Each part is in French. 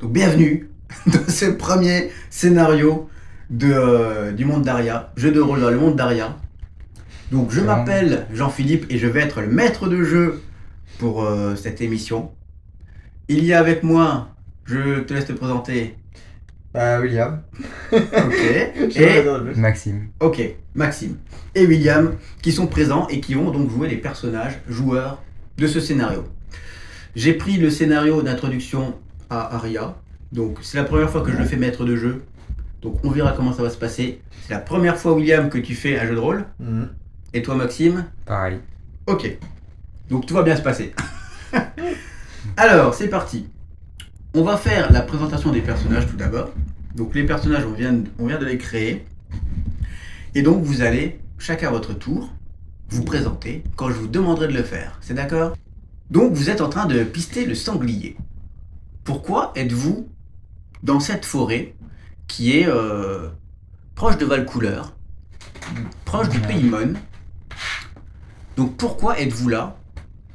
Donc bienvenue dans ce premier scénario de, euh, du monde d'Aria, jeu de rôle dans le monde d'Aria. Donc je Excellent. m'appelle Jean-Philippe et je vais être le maître de jeu pour euh, cette émission. Il y a avec moi, je te laisse te présenter, Bah, William. ok, Je et, l'adore le plus. Maxime. ok, Maxime et William qui sont présents et qui vont donc jouer les personnages joueurs de ce scénario. J'ai pris le scénario d'introduction à Aria, donc c'est la première fois que je le fais maître de jeu, donc on verra comment ça va se passer. C'est la première fois William que tu fais un jeu de rôle, Mhm. et toi Maxime Pareil. Ok. Donc tout va bien se passer. Alors, c'est parti. On va faire la présentation des personnages tout d'abord. Donc les personnages, on vient, on vient de les créer. Et donc vous allez, chacun à votre tour, vous présenter quand je vous demanderai de le faire. C'est d'accord Donc vous êtes en train de pister le sanglier. Pourquoi êtes-vous dans cette forêt qui est euh, proche de Valcouleur, proche du Paymon donc pourquoi êtes-vous là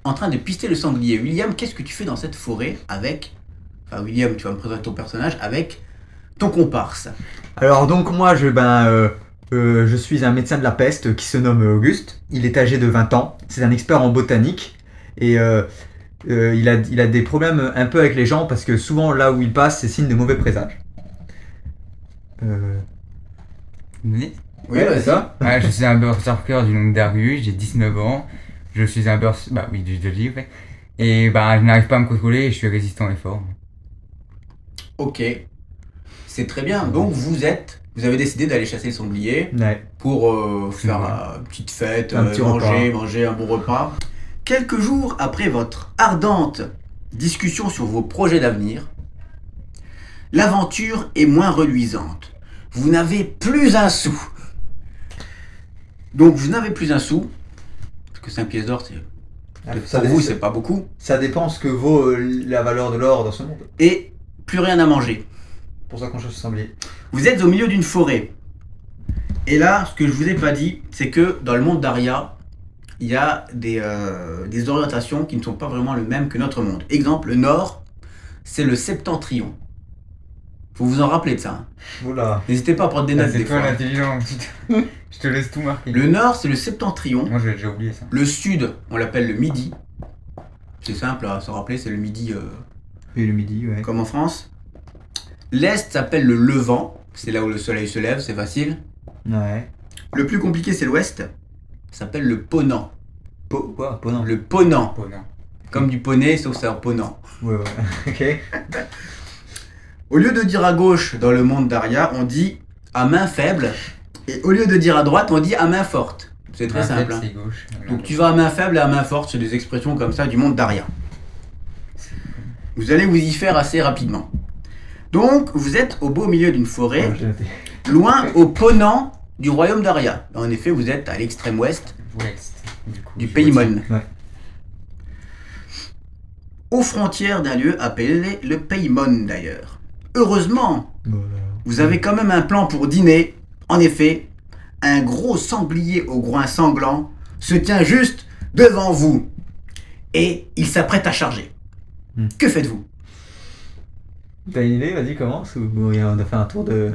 en train de pister le sanglier William, qu'est-ce que tu fais dans cette forêt avec... Enfin William, tu vas me présenter ton personnage avec ton comparse. Alors, donc, moi, je, ben, euh, euh, je suis un médecin de la peste qui se nomme Auguste. Il est âgé de 20 ans. C'est un expert en botanique. Et euh, euh, il, a, il a des problèmes un peu avec les gens parce que souvent, là où il passe, c'est signe de mauvais présages. Euh, Vous me dites Oui, ouais, c'est ça. Ouais, ah, je suis un berserker du nom d'Argus, j'ai 19 ans. Je suis un berserker. Bah oui, je le dis, ouais. Et bah, je n'arrive pas à me contrôler et je suis résistant et fort. Ok. C'est très bien. Donc vous êtes... Vous avez décidé d'aller chasser le sanglier Ouais. pour euh, faire Ouais. euh, une petite fête, Un euh, petit manger, manger un bon repas. Quelques jours après votre ardente discussion sur vos projets d'avenir, l'aventure est moins reluisante. Vous n'avez plus un sou. Donc vous n'avez plus un sou, parce que 5 pièces d'or, c'est- Ah, Ça, Ah, pour vous, ça- c'est pas beaucoup, ça dépend ce que vaut euh, la valeur de l'or dans ce monde. et plus rien à manger. Pour ça qu'on cherche le sanglier. Vous êtes au milieu d'une forêt. Et là, ce que je vous ai pas dit, c'est que dans le monde d'Aria, il y a des, euh, des orientations qui ne sont pas vraiment les mêmes que notre monde. Exemple, le nord, c'est le septentrion. Faut vous en rappeler de ça. hein. Oula. N'hésitez pas à prendre des Ah, notes C'est des toi fois. l'intelligent. je te laisse tout marquer. Le nord, c'est le septentrion. Moi, j'ai j'ai oublié ça. Le sud, on l'appelle le midi. C'est simple à se rappeler, c'est le midi euh, Et le midi, ouais. comme en France. L'est s'appelle le levant. C'est là où le soleil se lève, c'est facile. Ouais. Le plus compliqué, c'est l'ouest. Ça s'appelle le ponant. Po- quoi Ponant. Le ponant. Oh non. Comme du poney, sauf que c'est un ponant. Ouais, ouais. Eh ok. Au lieu de dire à gauche dans le monde d'Aria, on dit à main faible. Et au lieu de dire à droite, on dit à main forte. C'est très Ah, simple. peut-être hein. C'est gauche. Donc tu vas à main faible et à main forte, c'est des expressions comme ça du monde d'Aria. Vous allez vous y faire assez rapidement. Donc, vous êtes au beau milieu d'une forêt, Ouais, j'ai noté. loin au ponant du royaume d'Aria. En effet, vous êtes à l'extrême ouest, Ouest. Du, coup, du je pays vois- Mon. Ouais. Aux frontières d'un lieu appelé le pays Mon d'ailleurs. Heureusement, Voilà. vous avez quand même un plan pour dîner. En effet, un gros sanglier au groin sanglant se tient juste devant vous. Et il s'apprête à charger. Hmm. Que faites-vous T'as une idée Vas-y, commence. Ou ou on a fait un tour de.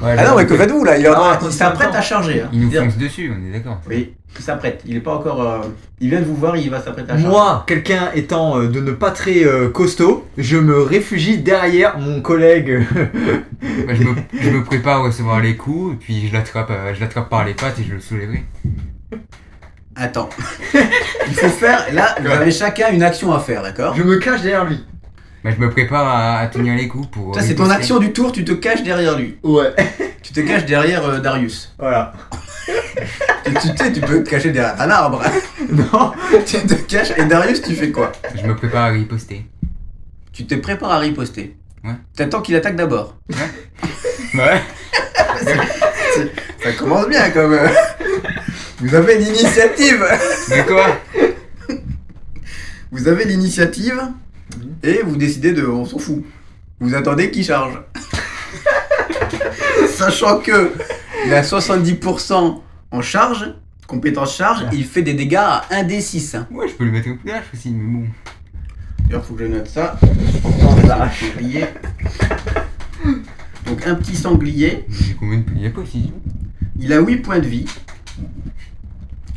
Ouais, Ah non, là, mais que faites-vous là Il, est en Ah, train- on il se s'apprête attend. à charger. hein. Il nous C'est-à-dire- fonce dessus, on est d'accord. Oui, il s'apprête. Il n'est pas encore. euh, Il vient de vous voir, il va s'apprêter à charger. Moi, quelqu'un étant euh, de ne pas très euh, costaud, je me réfugie derrière mon collègue. Bah, je, me, je me prépare à recevoir les coups, puis je l'attrape euh, je l'attrape par les pattes et je le soulèverai. Attends. il faut faire. Là, vous Ouais. avez chacun une action à faire, d'accord je me cache derrière lui. Bah, je me prépare à, à tenir les coups pour. Ça, c'est ton riposter. action du tour, tu te caches derrière lui. Ouais. Tu te caches derrière euh, Darius. Voilà. Tu, tu sais, tu peux te cacher derrière un arbre. Non. tu te caches et Darius, tu fais quoi Je me prépare à riposter. Tu te prépares à riposter. Ouais. T'attends qu'il attaque d'abord. Bah Ouais. Ça commence bien comme. euh, Vous avez l'initiative Mais quoi Vous avez l'initiative Mhm. et vous décidez de. On s'en fout. Vous attendez qu'il charge. Sachant que il a 70% en charge, compétence charge, il fait des dégâts à 1d6. hein. Ouais, je peux le mettre au coulage aussi, mais bon. D'ailleurs, faut que je note ça. Oh, la vache. Oublié. donc un petit sanglier. J'ai combien de Il y a quoi aussi Il a 8 points de vie.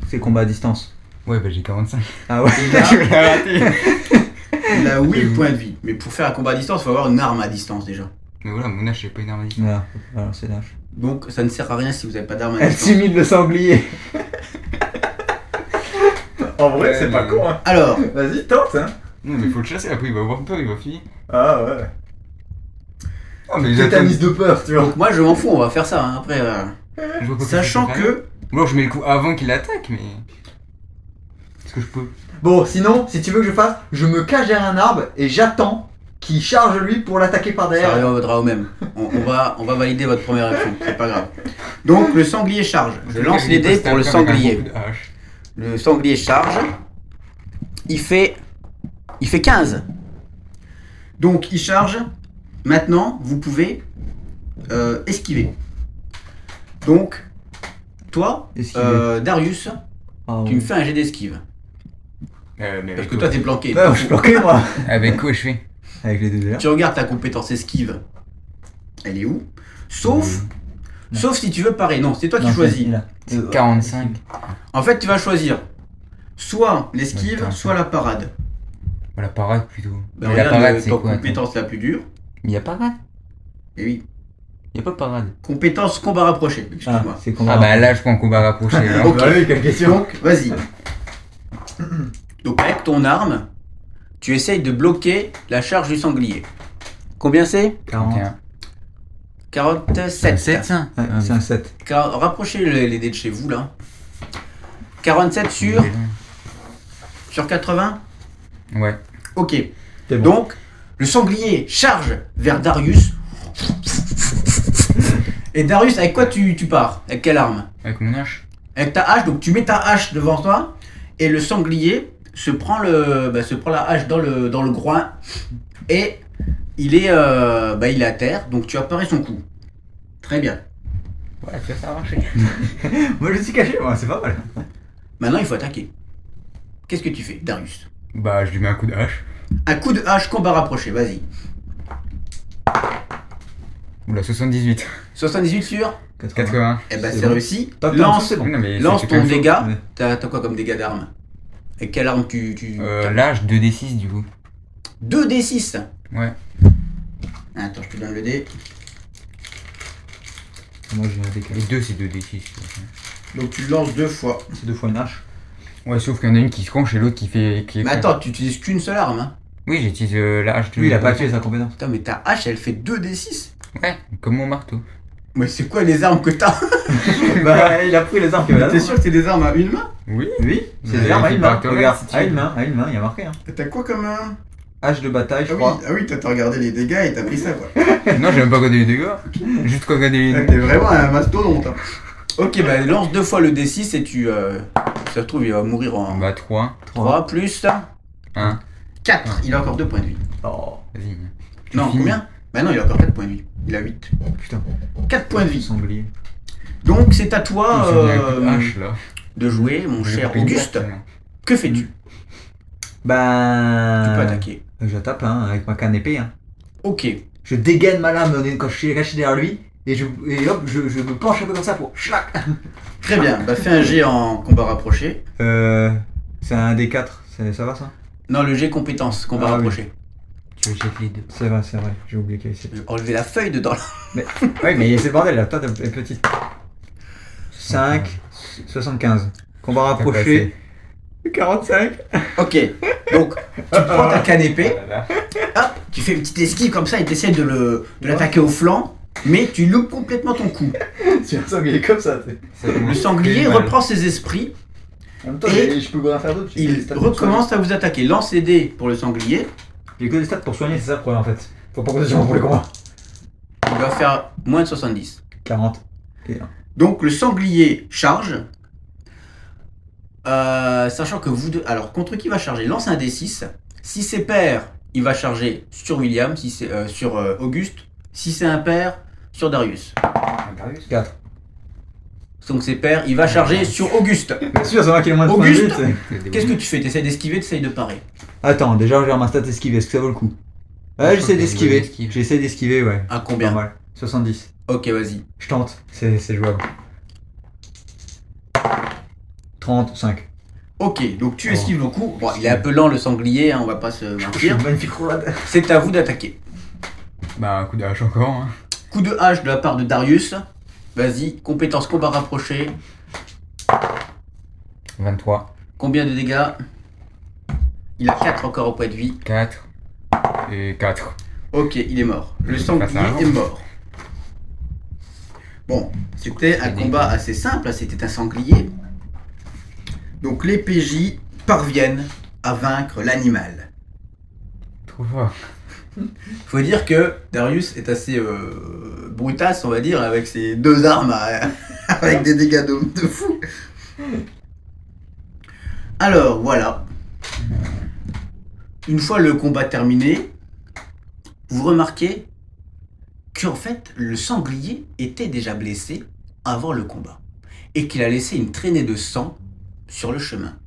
C'est combat à distance. Ouais, bah j'ai 45. Ah ouais Il a, Mais il a 8 vous. points de vie. Mais pour faire un combat à distance, il faut avoir une arme à distance déjà. voilà, mon âge, j'ai pas une arme à distance. Voilà, voilà, c'est lâche. Donc ça ne sert à rien Ah, si vous n'avez pas d'arme à distance. Intimide le sanglier En vrai, Ouais, c'est pas mais- con, hein. Alors, Vas-y, tente, hein. Non, mais faut le chasser après, il va avoir peur, il va finir. Ah ouais. Oh, mais Tétanis de peur, tu vois. donc moi je m'en fous, on va faire ça hein, après. euh. Je vois pas Sachant je peux que faire. Ou alors je mets le coup avant qu'il attaque, mais. Est-ce que je peux Bon, sinon, si tu veux que je fasse, je me cache derrière un arbre et j'attends qu'il charge lui pour l'attaquer par Ça derrière. reviendra au même. On, on va, on va valider votre première action, c'est pas grave. Donc le sanglier charge. Je lance les dés pour le sanglier. Le sanglier charge. Il fait, il fait 15. Donc il charge. Maintenant, vous pouvez euh, esquiver. Donc, toi, euh, Darius, Ah tu me fais un jet d'esquive. Euh, mais Parce avec que quoi toi, t'es planqué. Ouais, je suis bloqué moi Avec quoi je fais Avec les deux déjà. Tu regardes ta compétence esquive. Elle est où Sauf. Non. Sauf si tu veux parer. Non, c'est toi qui choisis. Mmh. bah, C'est 45. En fait, tu vas choisir soit l'esquive, Ouais, soit la parade. Ou Bah, la parade plutôt. Ben, mais la regarde, parade, euh, c'est ton quoi attends compétence la plus dure. Mais y a parade Et oui, Y a pas de parade. compétence combat rapproché. Excuse-moi. c'est Ah bah là, je prends combat rapproché. alors. Ok. oui, quelle question Ah. Donc, vas-y. Donc, avec ton arme, tu essayes de bloquer la charge du sanglier. Combien c'est 41. 47. ça Ouais, Ah, c'est un euh, 7. Car- Rapprochez les, les dés de chez vous là. 47 sur, Mmh. sur 80 Ouais. Ok. T'es bon. Donc, le sanglier charge vers Darius. Et Darius, avec quoi tu, tu pars Avec quelle arme Avec mon âge Avec ta hache, donc tu mets ta hache devant toi, et le sanglier se prend, le, bah, se prend la hache dans le, dans le groin, et il est, euh, bah, il est à terre, donc tu apparais son cou. Très bien. Ouais, tu vois, ça a marché. Moi je suis caché, moi, c'est pas mal. Maintenant, il faut attaquer. Qu'est-ce que tu fais, Darius Bah, je lui mets un coup de hache. Un coup de hache, combat rapproché, vas-y. Oula, 78. 78 sur Quatre-vingts. 80. Eh ben, C'est c'est bon. réussi. Top, top, Lance, c'est bon. Non, mais Ah, Lance c'est ton comme ça. dégât. ouais. T'as t'as quoi comme dégât d'arme Et quelle arme tu. tu... Euh, l'âge 2d6 du coup. 2d6 Ouais. Attends, je te donne le dé. Moi j'ai un Les décalé. deux, c'est 2d6. Donc tu le lances deux fois. C'est deux fois une hache. Ouais, sauf qu'il y en a une qui se penche et l'autre qui fait. Qui Mais attends, tu utilises qu'une seule arme. Hein. Oui, j'utilise euh, l'âge de. Lui il a pas tué sa compétence. Putain, mais ta hache, elle fait 2d6 Ouais, comme mon marteau. Mais c'est quoi les armes que t'as bah il a pris les armes qu'il avait. que c'est des armes à une main Oui. Oui, c'est Mais des armes à il une part main. quand même, Regarde, si tu à veux. une main, à une main, il y a marqué. Hein. T'as quoi comme. un Hache de bataille, je crois. ah oui, t'as regardé les dégâts et t'as pris ça quoi. non, j'aime pas regarder les dégâts. Juste regarder les. vraiment un mastodonte. hein. Ok, bah lance deux fois le d6 et tu. euh, Ça se trouve, il va mourir en. Bah, 3. 3 plus. Un. 4. Il a encore 2 points de vie. Oh, Vas-y. Tu Non, finis. combien Bah non, il a encore 4 points de vie. Il a 8. putain, 4 points de vie. sanglier. Donc c'est à Je me toi suis mis un coup de euh, hache là. de jouer, mon J'ai cher pris une Auguste. carte, là. Que fais-tu Bah. Tu peux attaquer. Je tape hein, avec ma canne épée. Hein. Ok. Je dégaine ma lame dans une- quand je suis caché derrière lui. Et, je, et hop, je, je me penche un peu comme ça pour. Schlac Très bien. Bah fais un jet en combat rapproché. Euh. C'est un D4, c'est- ça va ça Non, le jet compétence, combat Ah oui. rapproché. Tu veux que j'appelle les deux. C'est vrai, c'est vrai, j'ai oublié qu'il y avait cette- J'ai enlevé la feuille dedans. Ouais, mais c'est le bordel, la table est petite. 5, 75. Combat rapproché. 45. Ok. Donc tu prends ta canne épée, Voilà. hop, tu fais une petite esquive comme ça et t'essayes de le de l'attaquer au flanc. Mais tu loupes complètement ton coup. Tu as sanglier comme ça, tu Ça commence Le sanglier très mal. reprend ses esprits, En même temps, Et je peux rien faire d'autre. il recommence à vous attaquer. Lance les dés pour le sanglier. J'ai que des stats pour soigner, c'est ça le problème en fait. Faut pas compter sur moi pour les combats. Il va faire moins de 70. 40. Donc le sanglier charge. Euh, sachant que vous deux. Alors, contre qui va charger Lance un D6. Si c'est pair, il va charger sur William, si c'est euh, sur euh, Auguste. Si c'est impair, sur Darius. 4. Donc c'est pair, il va charger sur Auguste. Bien sûr, c'est moi qui ai le moins de points de Auguste vie, t'sais. Qu'est-ce que tu fais T'essayes d'esquiver, t'essayes de parer. Attends, déjà, je vais ma stat esquiver, est-ce que ça vaut le coup Je Ouais, j'essaie crois que d'esquiver. j'esquive. J'essaie d'esquiver, ouais. À Pas Ah, combien mal. 70. Ok, vas-y. Je tente, c'est c'est jouable. 35. Ok, donc tu Oh. esquives le coup. Bon, il est appelant le sanglier, hein, on va pas se mentir. Magnifique roulade. C'est à vous d'attaquer. Bah, un coup de hache encore. Hein. Coup de hache de la part de Darius. Vas-y, compétence combat rapproché. 23, Combien de dégâts Il a 4 encore au point de vie. 4 et 4. Ok, il est mort. Le sanglier Face à un. est mort. Bon, c'était un Allez. combat assez simple, hein. c'était un sanglier. Donc les PJ parviennent à vaincre l'animal. Trop fort. Faut dire que Darius est assez euh, brutasse, on va dire, avec ses deux armes, à- avec des dégâts de, de fou. Alors, voilà. Une fois le combat terminé, vous remarquez qu'en fait, le sanglier était déjà blessé avant le combat. Et qu'il a laissé une traînée de sang sur le chemin.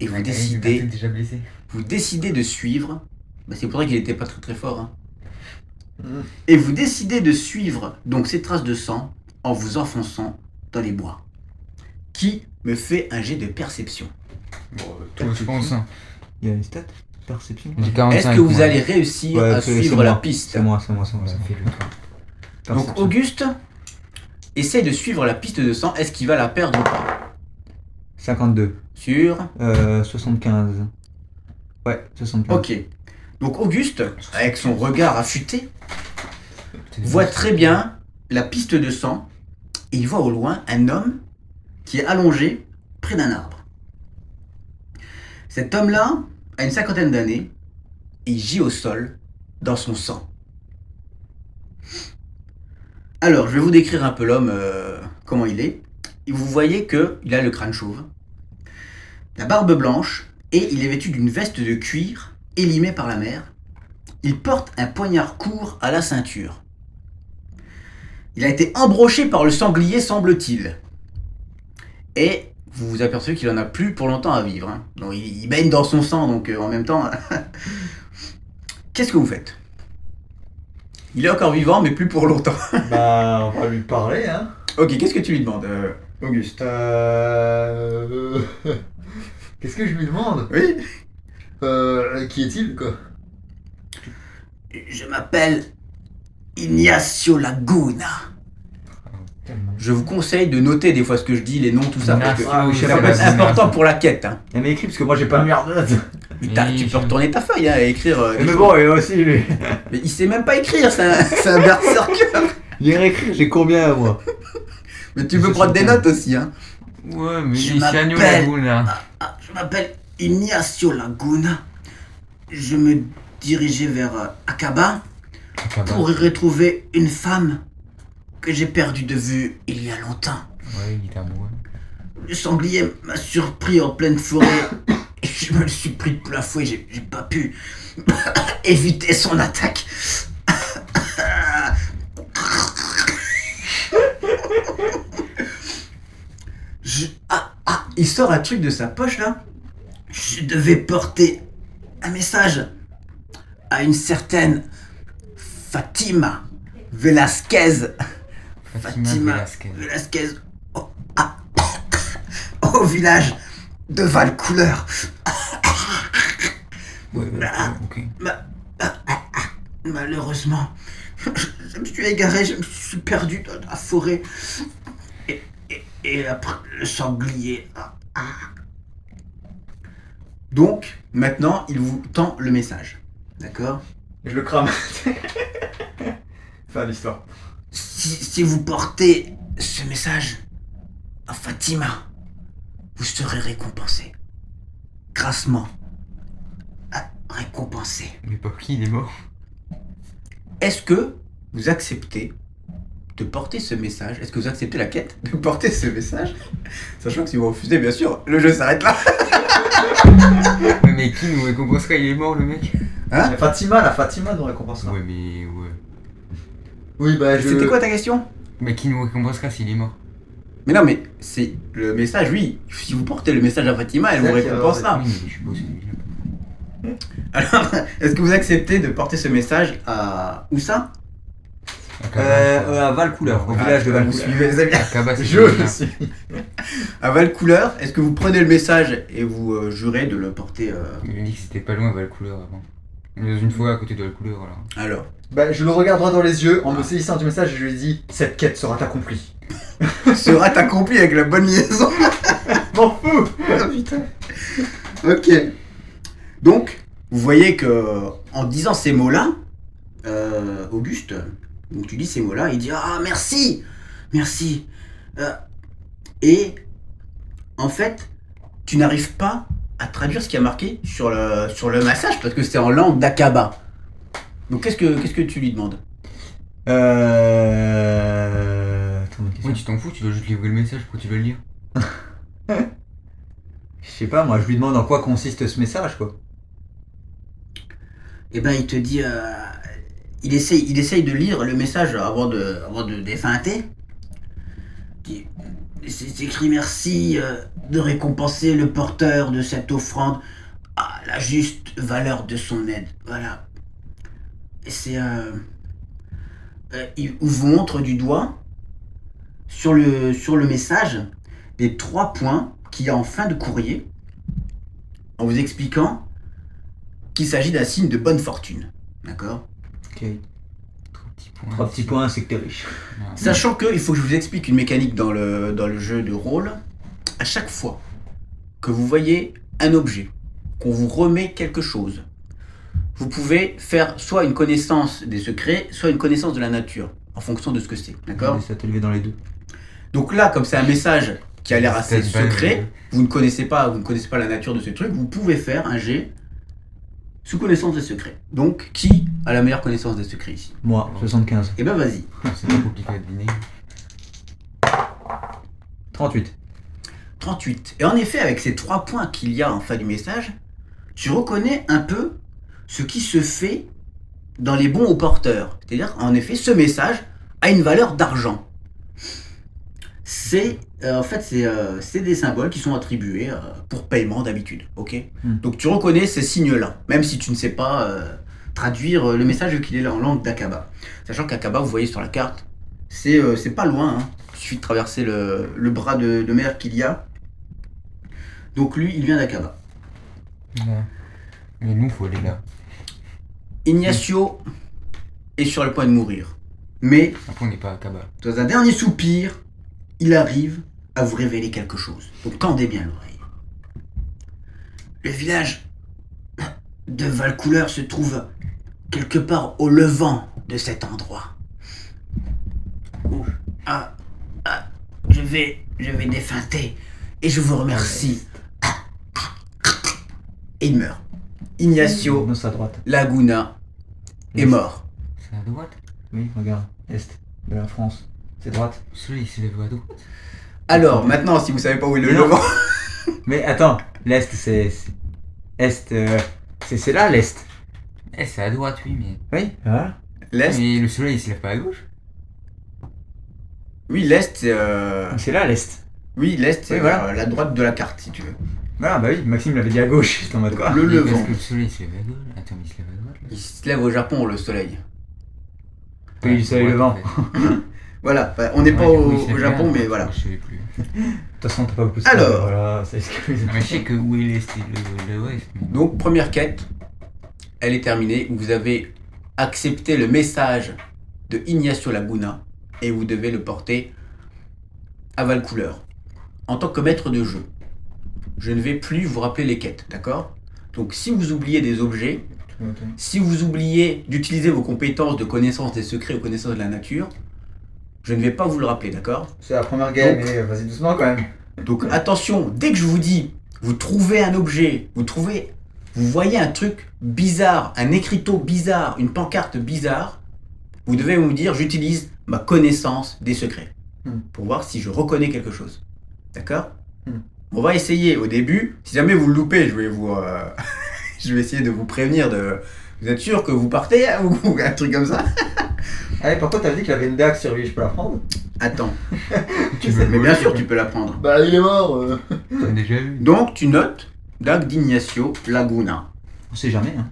Et vous décidez T'es déjà blessé. vous décidez de suivre, bah, c'est pour ça qu'il n'était pas très très fort, hein. Mm. et vous décidez de suivre donc ces traces de sang en vous enfonçant dans les bois. Qui me fait un jet de perception Bon, euh, tout, je pense. Il y a une stat Perception J'ai Est-ce 45. que vous moi. allez réussir Ouais, à c'est- suivre c'est la moi. piste C'est moi, c'est moi, c'est moi. Voilà, c'est moi. fais-le toi. Donc Perception. Auguste essaie de suivre la piste de sang, est-ce qu'il va la perdre ou pas 52. Sur... Euh, 75. Ouais, 75. Ok. Donc Auguste, avec son regard affûté, voit très bien la piste de sang et il voit au loin un homme qui est allongé près d'un arbre. Cet homme-là a une cinquantaine d'années et il gît au sol dans son sang. Alors, je vais vous décrire un peu l'homme, euh, comment il est. Et vous voyez que il a le crâne chauve, la barbe blanche et il est vêtu d'une veste de cuir élimée par la mer. Il porte un poignard court à la ceinture. Il a été embroché par le sanglier, semble-t-il. Et vous vous apercevez qu'il en a plus pour longtemps à vivre. hein. Donc, il, il baigne dans son sang, donc euh, en même temps. Qu'est-ce que vous faites Il est encore vivant, mais plus pour longtemps. Bah, on va lui parler, hein. ok, qu'est-ce que tu lui demandes, euh, Auguste Euh... Qu'est-ce que je lui demande Oui euh, Qui est-il, quoi Je m'appelle Ignacio Laguna. Je vous conseille de noter des fois ce que je dis, les noms, tout ça, parce que Ah oui, je sais ça pas, peut être c'est important pour la quête. hein. Elle m'a écrit parce que moi j'ai pas mis en note. Mais t'as- Oui, tu peux je- retourner ta feuille hein, et écrire. euh, Mais bon, et aussi lui. Mais il sait même pas écrire, c'est un, c'est un berserker. J'ai réécrit, j'ai combien moi Mais tu peux prendre des notes aussi. Hein. Ouais, mais Je il est chagnon, la m'appelle. boule là. Ah, je m'appelle Ignacio Laguna. Je me dirigeais vers euh, Akaba Ah, bah, pour y retrouver une femme que j'ai perdue de vue il y a longtemps. Ouais, il est amoureux. Le sanglier m'a surpris en pleine forêt. Et je me le suis pris de plein fouet, j'ai j'ai pas pu éviter son attaque. Je- Ah, ah, il sort un truc de sa poche là. Je devais porter un message à une certaine Fatima Velasquez. Fatima, Fatima. Velasquez. Velasquez au, ah, au village de Valcouleur. Ouais, ouais, Ah. ouais, ok. Euh, Malheureusement, je me suis égaré, je me suis perdu dans la forêt. Et, et- et après, le sanglier. ah, ah. Donc, maintenant, il vous tend le message. D'accord Je le crame. Fin l'histoire. si, si vous portez ce message à Fatima, vous serez récompensé. Grassement. Ah, Récompensé. Mais pour qui il est mort Est-ce que vous acceptez de porter ce message Est-ce que vous acceptez la quête de porter ce message Sachant que si vous refusez, bien sûr, le jeu s'arrête là. Ouais, mais qui nous récompensera Il est mort le mec La Ah, Fatima, la Fatima nous récompensera. Ouais, mais ouais. Oui, bah je... C'était quoi ta question Mais qui nous récompensera s'il est mort Mais non, mais c'est le message, oui. Si vous portez le message à Fatima, elle C'est vous ça qui est récompensera. Oui, Ah, mais je suis beau, c'est lui. Alors, est-ce que vous acceptez de porter ce message à Oussa À Cabas, Euh, à Valcouleur, au village de Vous Ah, Valcouleur. suivez, les amis à Cabas, c'est Je bien. suis. À Valcouleur, est-ce que vous prenez le message et vous euh, jurez de le porter euh, Il a dit que c'était pas loin, Valcouleur avant. Dans une fois à côté de Valcouleur, alors. Alors, Bah, je le regarde droit dans les yeux en me saisissant du message et je lui dis Cette quête sera accomplie. sera accompli avec la bonne liaison M'en fous Ah, putain. Ok. Donc, vous voyez que euh, en disant ces mots-là, euh, Auguste, donc tu dis ces mots-là, il dit Ah, merci Merci Euh, Et en fait, tu n'arrives pas à traduire ce qui a marqué sur le, sur le massage parce que c'était en langue d'Akaba. Donc, qu'est-ce que, qu'est-ce que tu lui demandes Euh. attends, une question. Oui, tu t'en fous, tu dois juste livrer le message, pourquoi tu dois le lire Je sais pas, moi je lui demande en quoi consiste ce message quoi. Eh ben, il te dit. euh, il, essaye, il essaye de lire le message avant de, avant de défunter. Qui- C'est c'est écrit merci euh, de récompenser le porteur de cette offrande à la juste valeur de son aide. Voilà. Et c'est. euh, euh, il vous montre du doigt sur le, sur le message les trois points qu'il y a en fin de courrier en vous expliquant qu'il s'agit d'un signe de bonne fortune. D'accord Trois petits points. Trois petits points, c'est que t'es riche. Ah, Sachant que, il faut que je vous explique une mécanique dans le, dans le jeu de rôle. À chaque fois que vous voyez un objet, qu'on vous remet quelque chose, vous pouvez faire soit une connaissance des secrets, soit une connaissance de la nature, en fonction de ce que c'est. D'accord Ça t'élever dans les deux. Donc là, comme c'est un message qui a l'air assez peut-être pas, secret, mais- vous ne connaissez pas, vous ne connaissez pas la nature de ce truc, vous pouvez faire un jet sous connaissance des secrets. Donc, qui a la meilleure connaissance des secrets ici Moi, 75. Eh ben, vas-y. euh, C'est pas compliqué à deviner. 38. 38. Et en effet, avec ces trois points qu'il y a en fin du message, tu reconnais un peu ce qui se fait dans les bons au porteur. C'est-à-dire, en effet, ce message a une valeur d'argent. C'est, euh, en fait, c'est euh, c'est des symboles qui sont attribués euh, pour paiement d'habitude, ok Mm. Donc tu reconnais ces signes-là, même si tu ne sais pas euh, traduire euh, le message vu qu'il est là en langue d'Akaba. Sachant qu'Akaba, vous voyez sur la carte, c'est euh, c'est pas loin, hein. il suffit de traverser le, le bras de, de mer qu'il y a. Donc lui, il vient d'Akaba. Ouais. Mais nous, faut aller là. Ignacio est sur le point de mourir. Mais, Après, on n'est pas à Cabas. dans un dernier soupir, il arrive à vous révéler quelque chose. Donc tendez bien l'oreille. Le village de Valcouleur se trouve quelque part au levant de cet endroit. Ouh. Ah, ah, je vais, je vais défunter et je vous remercie. Et il meurt. Ignacio Non, c'est à droite. Laguna est mort. C'est à droite Oui, regarde. Est de la France. C'est droite. Celui, il s'est levé à droite. Alors, maintenant, si vous savez pas où est le Mais non. levant. Mais attends, l'Est c'est. c'est- Est, euh, c'est c'est là l'Est. Eh, c'est à droite, oui, mais. Oui, voilà. L'Est Mais le soleil, il se lève pas à gauche Oui, l'Est, c'est. euh, C'est là l'Est. Oui, l'Est, c'est Oui, voilà. euh, la droite de la carte, si tu veux. Voilà, bah oui, Maxime l'avait dit à gauche, j'étais en mode quoi. Le Mais levant. Parce que le soleil, il se lève à gauche. Attends, mais il se lève à droite là Il se lève au Japon, le soleil. Oui, Ouais, le soleil ouais, levant. en fait. Voilà, bah, on n'est Ouais, pas du au, coup, il se au lève Japon, là, mais donc, voilà. Je sais plus. De toute façon, t'as pas beaucoup de Alors. Voilà, c'est excuse. Non, mais je sais que où est l'Est et le- le Ouest. mais- Donc, première quête, elle est terminée. Vous avez accepté le message de Ignacio Laguna et vous devez le porter à Valcouleur. En tant que maître de jeu, je ne vais plus vous rappeler les quêtes, d'accord Donc, si vous oubliez des objets, Si vous oubliez d'utiliser vos compétences de connaissance des secrets ou connaissance de la nature, je ne vais pas vous le rappeler, d'accord C'est la première game, mais vas-y doucement quand même. Donc attention, dès que je vous dis, vous trouvez un objet, vous trouvez, vous voyez un truc bizarre, un écriteau bizarre, une pancarte bizarre, vous devez vous dire, j'utilise ma connaissance des secrets Hmm. pour voir si je reconnais quelque chose, d'accord Hmm. On va essayer au début. Si jamais vous le loupez, je vais vous, euh, je vais essayer de vous prévenir de. Vous êtes sûr que vous partez hein, ou un truc comme ça Allez, par contre, t'avais dit qu'il avait une dague sur lui, je peux la prendre Attends. Tu veux Mais le bien voler, sûr, tu peux la prendre. Bah, il est mort. euh. On a déjà vu. Donc, tu notes Dag d'Ignacio Laguna. On sait jamais, hein.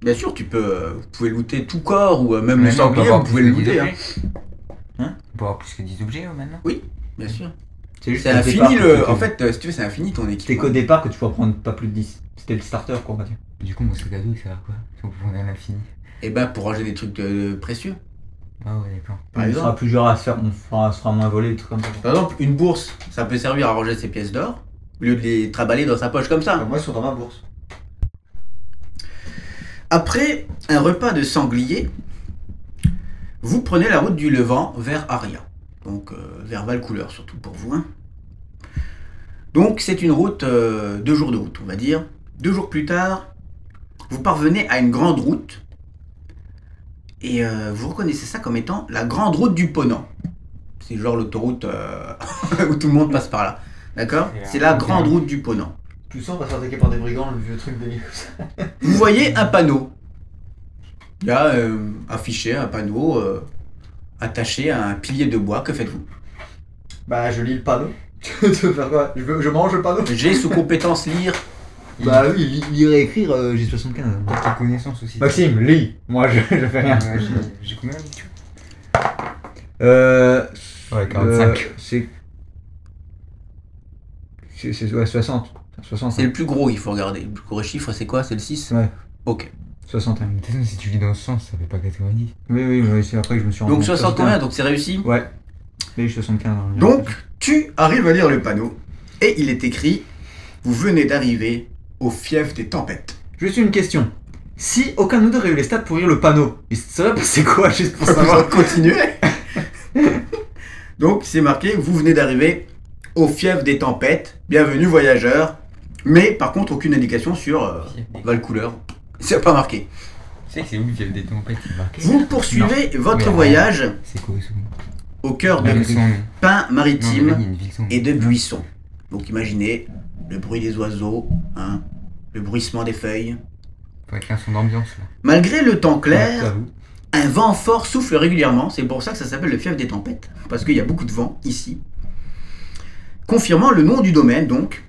Bien sûr, tu peux, euh, vous pouvez looter tout corps ou euh, même Mais le non, on peut sanglier, avoir vous pouvez plus le que 10 looter. hein. objets. Hein On peut avoir plus que 10 objets euh, maintenant Bien sûr. C'est juste C'est au départ infini que le. tu- En fait, euh, si tu veux, c'est infini ton équipe. C'était qu'au départ que tu pouvais prendre pas plus de 10. C'était le starter quoi, on va dire. Du coup, mon sac à dos, ça va quoi Si on peut prendre à l'infini. Et bah, pour ranger des trucs euh, précieux. Ah ouais, d'accord. Par on exemple. sera plus dur à se faire, on fera- sera moins volé, des trucs comme ça. Par exemple, une bourse, ça peut servir à ranger ses pièces d'or, au lieu de les traballer dans sa poche comme ça. Bah, Moi, ils sont dans ma bourse. Après un repas de sanglier, vous prenez la route du Levant vers Aria. Donc euh, vers Valcouleur, surtout pour vous. hein. Donc c'est une route, euh, deux jours de route, on va dire. Deux jours plus tard, vous parvenez à une grande route. Et euh, vous reconnaissez ça comme étant la grande route du Ponant. C'est genre l'autoroute euh, où tout le monde passe par là. D'accord C'est la grande route du Ponant. Tout ça, on va se faire attaquer par des brigands, le vieux truc délire. Vous voyez un panneau. Il y a euh, affiché un panneau euh, attaché à un pilier de bois. Que faites-vous Bah, je lis le panneau. tu veux faire quoi je, veux- je mange le panneau J'ai sous compétence lire. Bah oui, li- lire et écrire, euh, j'ai- J'ai 75. T'as tes connaissances Bah, aussi. Maxime, lis. Moi, je, je fais rien. Ouais, j'ai- J'ai combien d'habitude Euh. Ouais, 45. euh, c'est. C'est. c'est- Ouais, 60. 60. C'est le plus gros, il faut regarder. Le plus gros chiffre, c'est quoi C'est le 6 Ouais. Ok. 60. En même temps, si tu lis dans ce sens, ça fait pas 90. Oui, oui, oui, c'est après que je me suis rendu Donc compte. 60 combien Donc c'est réussi Ouais. Mais 75. hein. Donc, tu arrives à lire le panneau. Et il est écrit Vous venez d'arriver au fief des tempêtes. Juste une question. Si aucun de nous deux avait eu les stats pour lire le panneau, il se serait passé quoi juste pour Vous savoir continuer Donc c'est marqué Vous venez d'arriver au fief des tempêtes. Bienvenue, voyageurs. Mais par contre, aucune indication sur. euh, Valcouleur. C'est pas marqué. Tu sais que c'est où le fief des tempêtes C'est marqué. Vous poursuivez votre Mais, euh, voyage C'est quoi ce nom au cœur Ville de sans nom. pins Non, mais là, il maritimes y a une ville sans nom. et de buissons. Donc imaginez le bruit des oiseaux, hein, le bruissement des feuilles. Faut être un son d'ambiance là. Malgré le temps clair, J'avoue. un vent fort souffle régulièrement. C'est pour ça que ça s'appelle le fief des tempêtes, parce qu'il y a beaucoup de vent ici. Confirmant le nom du domaine, donc,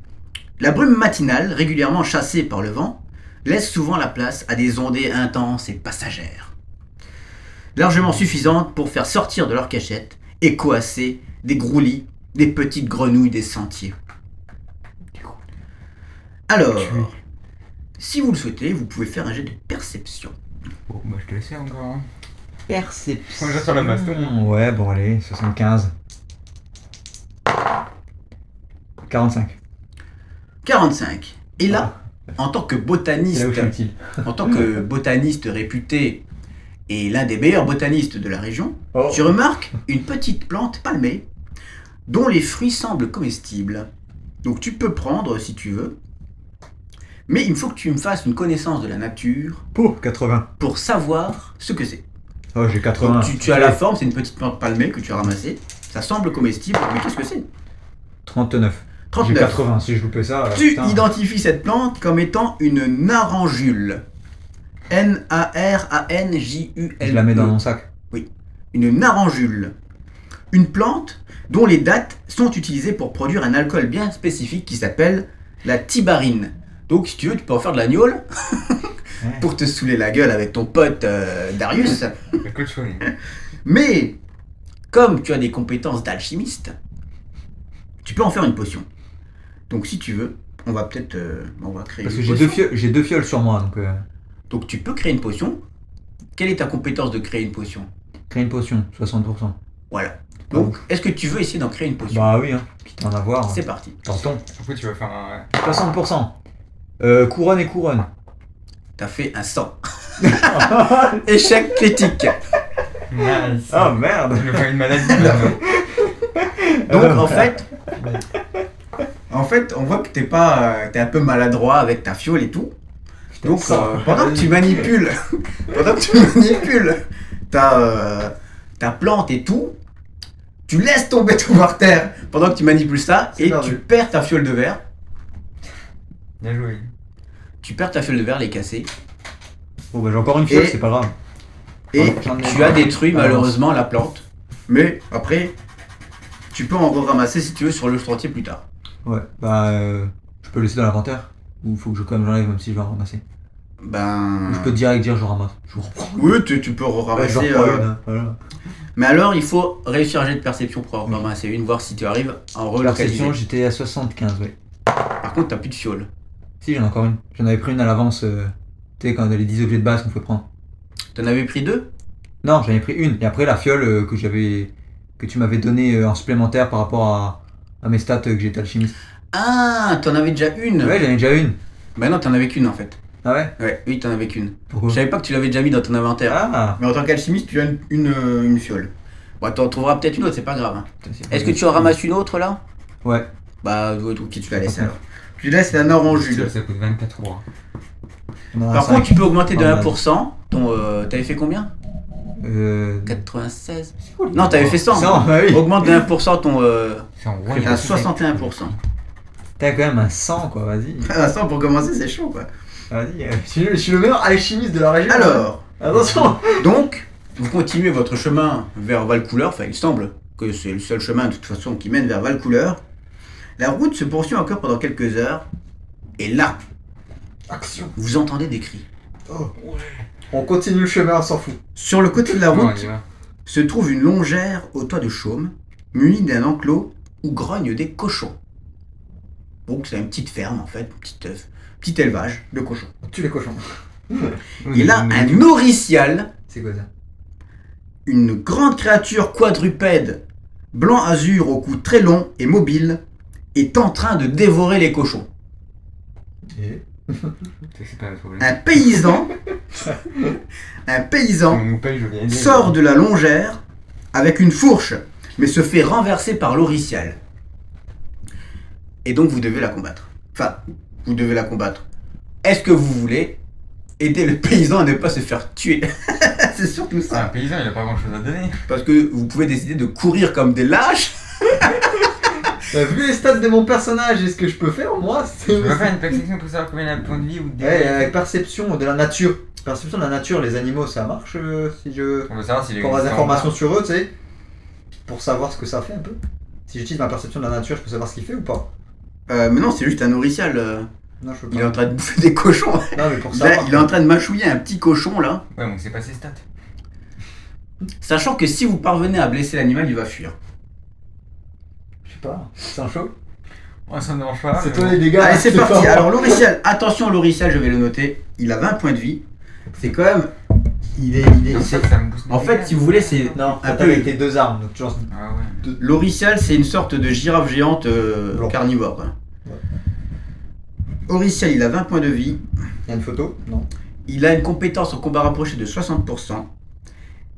la brume matinale, régulièrement chassée par le vent, laisse souvent la place à des ondées intenses et passagères. Largement suffisantes pour faire sortir de leur cachette et coasser des groulis, des petites grenouilles des sentiers. Alors, si vous le souhaitez, vous pouvez faire un jet de perception. Bon, bah je te laisse faire encore. hein. Perception. Moi, je sur la baston. Ouais, bon, allez, 75. 45. 45. Et là, en tant que C'est botaniste, là où je suis utile. en tant que botaniste réputé et l'un des meilleurs botanistes de la région, Oh. tu remarques une petite plante palmée dont les fruits semblent comestibles. Donc tu peux prendre si tu veux, mais il me faut que tu me fasses une connaissance de la nature Pouh, 80. pour savoir ce que c'est. Oh, j'ai Donc 80. tu, tu as la forme, c'est une petite plante palmée que tu as ramassée. Ça semble comestible, mais qu'est-ce que c'est 39. J'ai 39. 80. Si je loupais ça. euh, Tu putain. identifies cette plante comme étant une narangule. N-A-R-A-N-J-U-L. Je la mets dans mon sac. E. Une narangule. Une plante dont les dates sont utilisées pour produire un alcool bien spécifique qui s'appelle la tibarine. Donc, si tu veux, tu peux en faire de la gnôle pour te saouler la gueule avec ton pote euh, Darius. La colle soignée. Mais, comme tu as des compétences d'alchimiste, tu peux en faire une potion. Donc, si tu veux, on va peut-être. euh, on va créer Parce une que j'ai potion. deux, fio- j'ai deux fioles sur moi, donc euh, Donc tu peux créer une potion. Quelle est ta compétence de créer une potion créer une potion, 60%. Voilà. Donc est-ce que tu veux essayer d'en créer une potion Bah oui, hein, quitte à en avoir. C'est parti. Tentons. Pourquoi tu vas faire un. 60%. Euh, couronne et couronne. T'as fait un 100. Échec critique. Nice Ah merde Tu vas faire une maladie maintenant. Donc Euh, en fait, en fait, on voit que t'es pas, euh, t'es un peu maladroit avec ta fiole et tout. Donc ça. euh, pendant que tu manipules, pendant que tu manipules ta, euh, ta plante et tout, tu laisses tomber tout par terre pendant que tu manipules ça C'est et perdu. tu perds ta fiole de verre. Bien joué. Tu perds ta fiole de verre, elle est cassée. Bon bah j'ai encore une fiole, Et- c'est pas grave. Et J'en ai tu as marre. détruit Ah, malheureusement la plante. Mais après, tu peux en ramasser si tu veux sur le chantier plus tard. Ouais, bah euh, je peux le laisser dans l'inventaire Ou faut que je quand même j'enlève même si je vais en ramasser Ben. Je peux direct dire je ramasse. Je reprends. Oui, tu, tu peux ramasser. je euh, reprends une, hein, voilà. Mais alors, il faut réussir un jet de perception pour en ramasser une, voir si tu arrives à en relocaliser. Perception, j'étais à 75, ouais. Par contre, t'as plus de fiole. Si, j'en ai encore une. J'en avais pris une à l'avance. euh, tu sais, quand les 10 objets de base qu'on peut prendre. T'en avais pris deux Non, j'en ai pris une. Et après, la fiole euh, que j'avais. que tu m'avais donnée euh, en supplémentaire par rapport à, à mes stats euh, que j'étais alchimiste. Ah, t'en avais déjà une Ouais, j'en ai déjà une. Bah non, t'en avais qu'une en fait. Ah ouais Ouais, oui, t'en avais qu'une. Pourquoi Je savais pas que tu l'avais déjà mis dans ton inventaire. Ah Mais en tant qu'alchimiste, tu as une, une, euh, une fiole. Bon, t'en trouveras peut-être une autre, c'est pas grave. hein. Putain, c'est pas Est-ce que vrai. tu en ramasses une autre là Ouais. Bah, ouais, ok, tu la laisses alors. Tu laisses la Nord en Ça, jus. ça coûte 24 euros. hein. On en a Par cinq. contre, tu peux augmenter de Ah, 1%. Ton, euh, t'avais fait combien Euh. 96 Non, t'avais fait hein. 100. 100, bah oui. Augmente de 1% ton. euh, C'est en gros. T'es il à faut- 61%. T'as quand même un 100, quoi, vas-y. Ah, 100 pour commencer, c'est chaud quoi. Vas-y. euh. Ah, Je suis, je suis le meilleur alchimiste de la région. Alors, Attention donc, vous continuez votre chemin vers Valcouleur. Enfin, il semble que c'est le seul chemin de toute façon qui mène vers Valcouleur. La route se poursuit encore pendant quelques heures. Et là, Action vous entendez des cris. On continue le chemin, on s'en fout. Sur le côté de la Non, on route, y va. se trouve une longère au toit de chaume, munie d'un enclos où grognent des cochons. Donc c'est une petite ferme en fait, une petite, euh, petit élevage de cochons. Tu les cochons. Et là, un nourricial, C'est quoi ça une grande créature quadrupède, blanc azur au cou très long et mobile, est en train de dévorer les cochons. Ça, C'est pas le problème. Un paysan, un paysan On nous paye, je viens. sort de la longère avec une fourche, mais se fait renverser par l'oricial. Et donc vous devez la combattre. Enfin, vous devez la combattre. Est-ce que vous voulez aider le paysan à ne pas se faire tuer C'est surtout C'est un ça. paysan, il a pas grand chose à donner. Parce que vous pouvez décider de courir comme des lâches. Bah, vu les stats de mon personnage et ce que je peux faire, moi, c'est... Je vais faire une perception pour savoir combien il a de points de vie ou de Ouais, avec perception de la nature. Perception de la nature, les animaux, ça marche euh, si je... On veut savoir s'il est. Quand on a des existant. informations sur eux, tu sais, pour savoir ce que ça fait un peu. Si j'utilise ma perception de la nature, je peux savoir ce qu'il fait ou pas Euh, mais non, c'est juste un oricial. euh. Non, je peux Il est en pas. train de bouffer des cochons. Non, mais pour Il, a- savoir. il est en train de mâchouiller un petit cochon là. Ouais, donc c'est pas ses stats. Sachant que si vous parvenez à blesser l'animal, il va fuir. Je sais pas. C'est un show. On s'en dérange pas. C'est mais toi bon. les dégâts. Allez, c'est hein. pas parti. moi. Alors, l'Oricial, attention, l'Oricial, je vais le noter. Il a 20 points de vie. C'est quand même. Il est. il est- Non, ça, c'est- ça me booste En les fait, dégâts. si vous voulez, c'est. Non, Un un peu. peu avec tes Ah, deux armes, donc tu lances Ah ouais. L'Oricial, c'est une sorte de girafe géante euh, Blanc. carnivore. quoi. Ouais. Oricial, il a 20 points de vie. Il y a une photo Non. Il a une compétence en combat rapproché de 60%.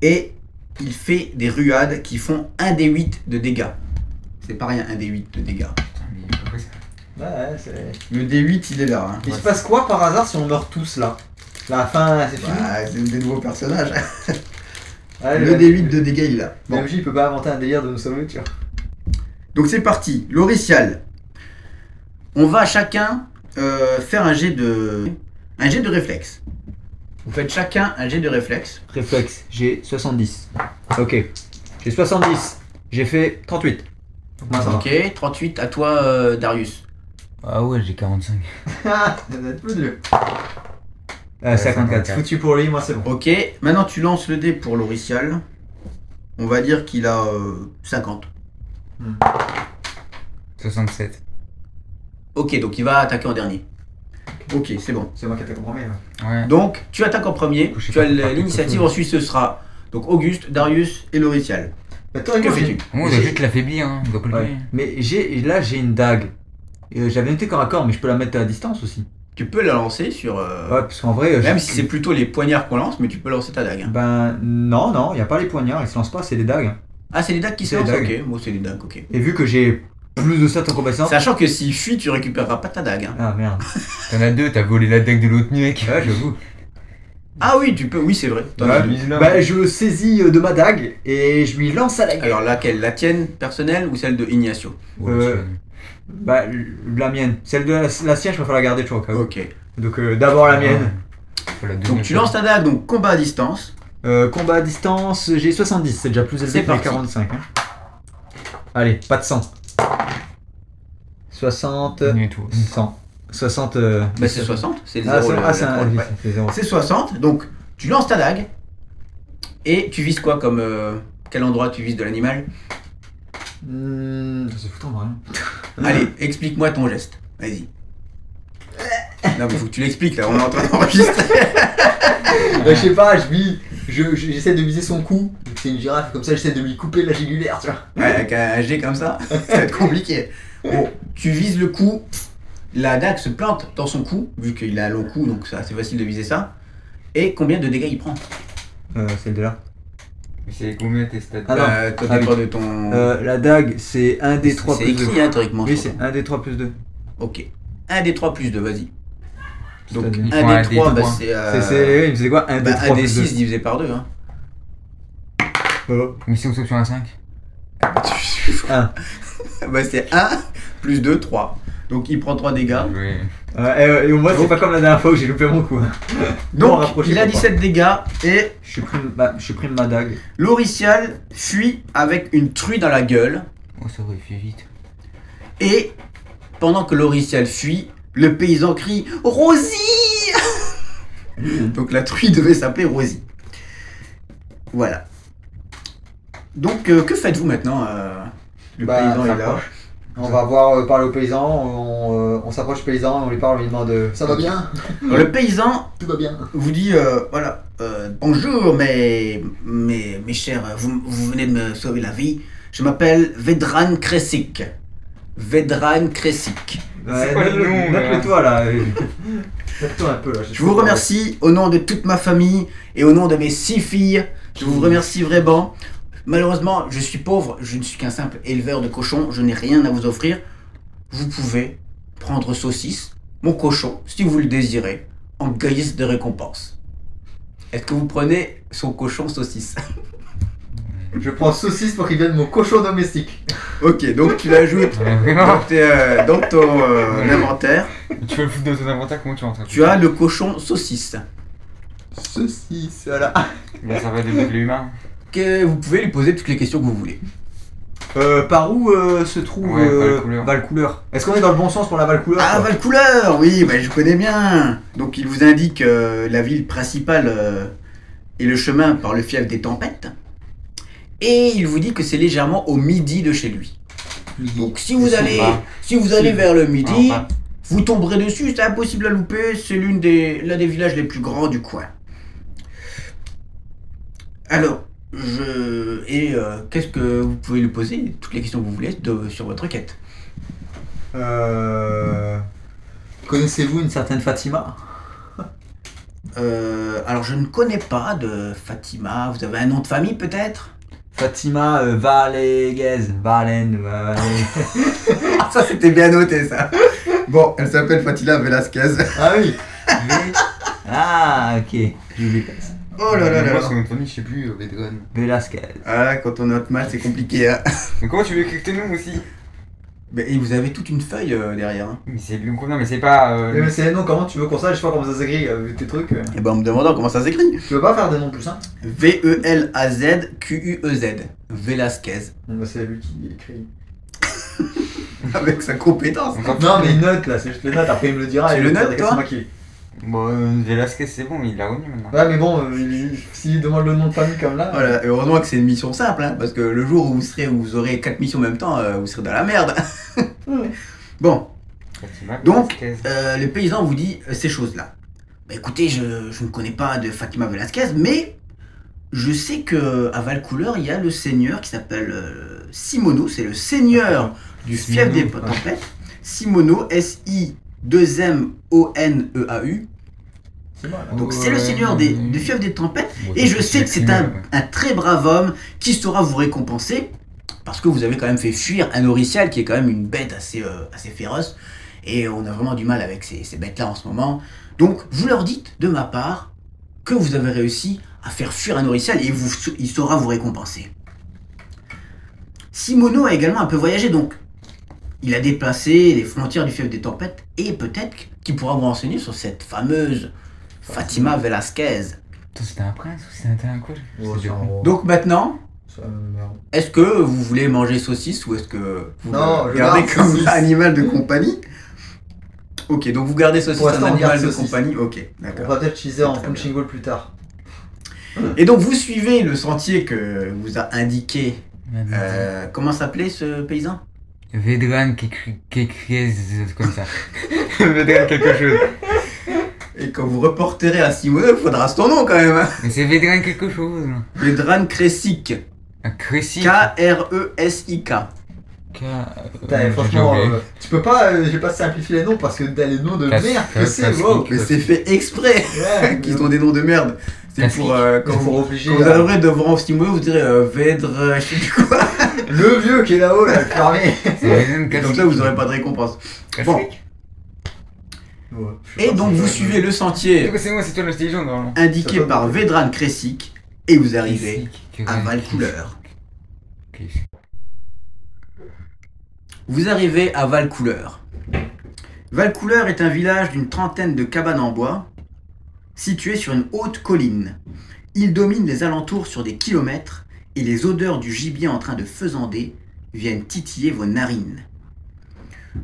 Et il fait des ruades qui font 1 des 8 de dégâts. C'est pas rien, 1 des 8 de dégâts. Putain, mais pourquoi ça Ouais, ouais, c'est. Le D8, il est là. hein. Il se passe quoi par hasard si on meurt tous là La fin, c'est fini. Bah, c'est des nouveaux personnages. Ouais, Le le D8 de dégâts, il l'a. le MJ, il peut pas inventer un délire de nous sauver, tu vois. Donc c'est parti, l'oricial. On va chacun euh, faire un jet de un jet de réflexe. Vous faites chacun un jet de réflexe. Réflexe, j'ai 70. Ok. J'ai 70. J'ai fait 38. Donc moi ça va. ok, 38 à toi euh, Darius. Ah ouais, j'ai 45. Ah, ça doit être plus dur. Euh, 54. Foutu pour lui, moi c'est bon. Ok, maintenant tu lances le dé pour l'oricial. On va dire qu'il a euh, 50. 67. Ok, donc il va attaquer en dernier. Ok, c'est bon. C'est moi qui ai été compromis. hein. Ouais. Donc tu attaques en premier, Je sais tu as pas, pas l'initiative, quelque chose. ensuite ce sera donc Auguste, Darius et l'oricial. Mais Bah, toi, Ah, Que moi, j'ai- fais-tu Moi, on doit juste l'affaiblir, hein. On doit pas le Ouais. payer. Mais j'ai là j'ai une dague. Euh, J'avais noté corps à corps, mais je peux la mettre à distance aussi. Tu peux la lancer sur Ah, euh, Ouais, parce qu'en vrai. euh, Même j'ai- si c'est plutôt les poignards qu'on lance, mais tu peux lancer ta dague. hein. Ben non, non, il n'y a pas les poignards, ils se lancent pas, c'est les dagues. Ah, c'est les dagues qui se C'est lancent les Ok, moi c'est les dagues, ok. Et vu que j'ai plus de ça en combattant. Sachant que s'il fuit, tu récupéreras pas ta dague. hein. Ah merde. T'en as deux, t'as volé la deck de l'autre mec. Bah, Ouais, j'avoue. Ah oui, tu peux, oui, c'est vrai. T'en as Ouais. deux. Ben je saisis euh, de ma dague et je lui lance à la gueule. Alors laquelle La tienne personnelle ou celle de Ignacio Euh, Bah la mienne. Celle de la, la sienne, je préfère la garder, tu vois. au cas où. Ok. Ah. Donc euh, d'abord la mienne. Ah Faut la Donc donner. tu lances ta dague, donc combat à distance. Euh, combat à distance, j'ai 70, c'est déjà plus C'est élevé que mes parti. 45. hein. Allez, pas de 100. 60, Et tout. 100. 60. euh, Bah, c'est 60, c'est le Ah, zéro, c'est le- ah, la c'est un- droite, oui, ouais. c'est zéro. C'est 60, donc tu lances ta dague et tu vises quoi comme. euh, quel endroit tu vises de l'animal Hmm, Ça se fout en rien. Ah. Allez, explique-moi ton geste. Vas-y. Non, mais faut que tu l'expliques là, on est en train d'enregistrer. bah, je sais pas, je vis, je- je- j'essaie de viser son cou. Vu que C'est une girafe, comme ça j'essaie de lui couper la gigulaire, tu vois. Ouais, avec un G comme ça, ça va être compliqué. Bon, tu vises le cou, la dague se plante dans son cou, vu qu'il a un long cou, donc ça, c'est facile de viser ça. Et combien de dégâts il prend Euh, celle de là. Mais c'est combien tes stats Ah non, Euh, toi, avec- dépend de ton. Euh, la dague, c'est 1 des 3 c'est plus 2. écrit, hein, théoriquement. Oui, sur c'est ton- 1 des 3 plus 2. Ok. 1 des 3 plus 2, vas-y. Donc, C'est-à-dire 1 Ils des font 3, un bah, dé trois. c'est. euh, C'est- C'est oui, mais c'est quoi 1 des Bah, 3 1 des plus 2 6 divisé par 2. Hein. Oh. Mais c'est option à 5 bah, c'est 1 plus 2, 3. Donc il prend 3 dégâts. Ah Ouais. Euh, et, et au moins, c'est Donc- pas comme la dernière fois où j'ai loupé mon coup. hein. Donc rapproché, il a faut pas. 17 dégâts et Je suis pris, de ma- je suis pris de ma dague. l'Oricial fuit avec une truie dans la gueule. Oh, ça aurait fait vite. Et pendant que l'Oricial fuit, le paysan crie Rosie Donc la truie devait s'appeler Rosie. Voilà. Donc euh, que faites-vous maintenant euh, Le Bah, paysan on est là. s'approche. On va voir, euh, parler au paysan, on, euh, on s'approche du paysan, on lui parle, on lui demande euh, Ça va bien Alors, le paysan Tout va bien vous dit euh, voilà euh, bonjour mes, mes mes chers vous, vous venez de me sauver la vie je m'appelle Vedran Kresik Vedran Kresik Ouais, quoi le note-le- nom, Note-le là toi là. euh. Faites-toi un peu là. je vous remercie au nom de toute ma famille et au nom de mes six filles je vous remercie vraiment malheureusement je suis pauvre je ne suis qu'un simple éleveur de cochons je n'ai rien à vous offrir vous pouvez prendre saucisse mon cochon si vous le désirez en guise de récompense est-ce que vous prenez son cochon saucisse euh, Je prends saucisse pour qu'il vienne mon cochon domestique. Ok, donc tu l'ajoutes Ouais, dans, vraiment tes, euh, dans ton euh, inventaire. Tu veux le foutre de ton inventaire Comment tu rentres Tu as le cochon saucisse. Saucisse, voilà. Bah, ça va être le bouclier humain. Que vous pouvez lui poser toutes les questions que vous voulez. Euh, par où euh, se trouve Ouais, euh, Valcouleur. Valcouleur Est-ce qu'on est dans le bon sens pour la valcouleur Ah, quoi Valcouleur Oui, bah, je connais bien. Donc il vous indique euh, la ville principale euh, et le chemin par le fief des tempêtes. Et il vous dit que c'est légèrement au midi de chez lui. Donc si vous Ils sont allez, pas. si vous allez Si. vers le midi, Ah, Vous tomberez dessus, c'est impossible à louper, c'est l'une des, l'un des villages les plus grands du coin. Alors, je. Et euh, qu'est-ce que vous pouvez lui poser Toutes les questions que vous voulez de- sur votre quête. Euh, Connaissez-vous une certaine Fatima Euh, alors, je ne connais pas de Fatima, vous avez un nom de famille peut-être Fatima euh, Valéguez, Valen, Valen. Ah, ça c'était bien noté ça Bon, elle s'appelle Fatima Velasquez. Ah oui ah, ok, j'oublie. Oh là là là Moi, là son nom de famille, je sais plus, euh, Vedron. Velasquez. Ah, quand on note mal, c'est compliqué hein Mais comment tu veux écrire tes noms aussi Mais et vous avez toute une feuille euh, derrière. hein. Mais c'est le combien, mais c'est pas. Mais, euh, mais c'est non, comment tu veux qu'on sache Je sais pas comment ça s'écrit, euh, vu tes trucs. euh. Et ben en me demandant comment ça s'écrit Tu veux pas faire des noms plus simples E V-E-L-A-Z-Q-U-E-Z. E Velasquez. Bon, bah, C'est lui qui écrit. Avec sa compétence. on s'en fout. Non, mais il note là, c'est juste les notes, après il me le dira. Tu et le il me dira notes, des toi questions maquillées. Bon, euh, Velasquez, c'est bon, il l'a remis maintenant. Ouais, mais bon, euh, il- s'il demande le nom de famille comme là. Voilà, et heureusement que c'est une mission simple, hein, parce que le jour où vous serez, où vous aurez quatre missions en même temps, euh, vous serez dans la merde. bon, Fatima, Donc, Velasquez. euh, le paysan vous dit euh, ces choses-là. Bah écoutez, je, je ne connais pas de Fatima Velasquez, mais je sais que à Valcouleur, il y a le seigneur qui s'appelle euh, Simono, c'est le seigneur du fief des Simono, ouais. tempêtes. Simono, S-I-2-M-O-N-E-A-U. C'est moi, là. Donc c'est le seigneur des, du fief des tempêtes. Bon, Et je c'est sais que c'est un, un très brave homme qui saura vous récompenser parce que vous avez quand même fait fuir un oricial qui est quand même une bête assez, euh, assez féroce et on a vraiment du mal avec ces, ces bêtes-là en ce moment. Donc vous leur dites de ma part que vous avez réussi à faire fuir un oricial et vous, il saura vous récompenser. Simono a également un peu voyagé donc il a déplacé les frontières du fief des tempêtes et peut-être qu'il pourra vous renseigner sur cette fameuse Fatima Velasquez. Attends, c'était un prince ou c'était un quoi Oh, c'est un roi. Donc maintenant, C'est un merde. est-ce que vous voulez manger saucisse ou est-ce que vous Non, le je gardez garde comme saucisse. animal de compagnie saucisse. Ok, donc vous gardez saucisse Pour un l'instant, on animal garde de saucisse. compagnie. Ok, On d'accord. va peut-être utiliser en Très bien. punching ball plus tard. Et donc vous suivez le sentier que vous a indiqué. Vedran euh, comment s'appelait ce paysan Vedran Kekri- Kekrez, comme ça. Vedran quelque chose. Et quand vous reporterez à Simone, il faudra son nom quand même. hein. Mais c'est Vedran quelque chose. là. Vedran Kresik. E Un Cressy. K-R-E-S-I-K. K- euh, Putain, j'ai franchement, oublié. euh, tu peux pas, euh, j'ai pas simplifié les noms parce que t'as les noms de Cas- merde que cas- c'est, casque. wow. Mais c'est fait exprès hein, Ouais, qu'ils ont des noms de merde. C'est Casque. pour euh, quand Quand vous. vous Quand vous arriverez devant Simone, vous direz euh, Vedre, euh, je sais plus quoi. Le vieux qui est là-haut, là, le fermé. C'est Vedran Et comme Kekri- ça, vous aurez pas de récompense. Kekri- Bon. Et donc, vous suivez le C'est sentier quoi, C'est moi, c'est toi l'intelligent normalement. indiqué par Vedran Kresik et vous arrivez à Valcouleur. Vous arrivez à Valcouleur. Valcouleur est un village d'une trentaine de cabanes en bois, situé sur une haute colline. Il domine les alentours sur des kilomètres et les odeurs du gibier en train de faisander viennent titiller vos narines.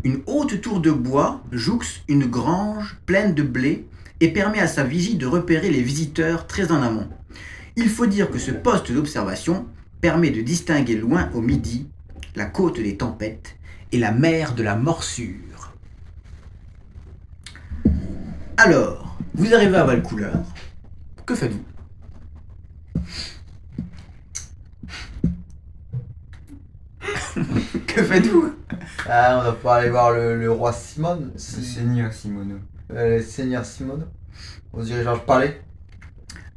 Une haute tour de bois jouxte une grange pleine de blé et permet à sa vigie de repérer les visiteurs très en amont. Il faut dire que ce poste d'observation permet de distinguer loin au midi la côte des tempêtes et la mer de la morsure. Alors, vous arrivez à Valcouleur. Que faites-vous Que faites-vous Ah, on va pouvoir aller voir le, le roi Simone, C'est si- Seigneur Simono. euh, le seigneur Simone, aux dirigeants, je parlais.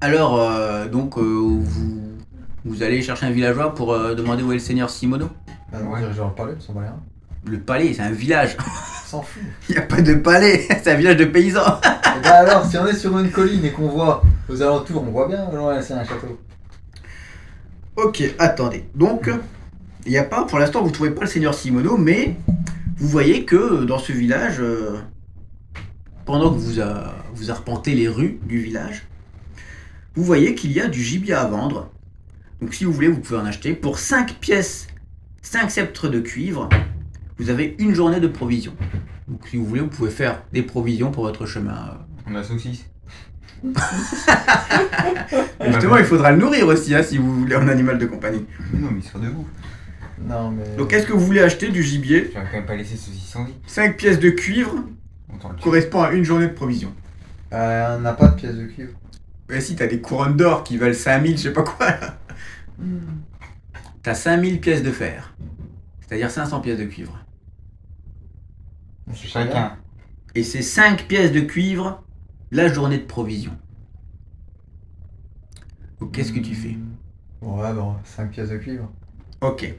Alors, euh, donc, euh, vous, vous allez chercher un villageois pour euh, demander où est le seigneur Simono Bah non, Ouais. aux dirigeants, je parlais, ils sont pas rien. Le palais, c'est un village. On s'en fout. Il n'y a pas de palais, c'est un village de paysans. Et bah alors, si on est sur une colline et qu'on voit aux alentours, on voit bien, loin, c'est un château. Ok, attendez. Donc, il n'y a pas, pour l'instant, vous ne trouvez pas le seigneur Simono, mais vous voyez que euh, dans ce village, euh, pendant que vous, euh, vous arpentez les rues du village, vous voyez qu'il y a du gibier à vendre. Donc, si vous voulez, vous pouvez en acheter. Pour 5 pièces, 5 sceptres de cuivre, vous avez une journée de provisions. Donc, si vous voulez, vous pouvez faire des provisions pour votre chemin. On a saucisse. euh. Justement, il faudra le nourrir aussi, hein, si vous voulez un animal de compagnie. Mais non, mais il sort debout. Non, mais. Donc, est-ce que vous voulez acheter du gibier Tu vas quand même pas laisser saucisse sans vie. 5 pièces de cuivre On t'en correspond à une journée de provision. Euh, on n'a pas de pièce de cuivre. Mais si, t'as des couronnes d'or qui valent 5000, je sais pas quoi. là. T'as 5000 pièces de fer. C'est-à-dire 500 pièces de cuivre. C'est bien. Chacun. Et c'est 5 pièces de cuivre la journée de provision. Donc qu'est-ce que tu fais Ouais, bon, 5 pièces de cuivre. Ok.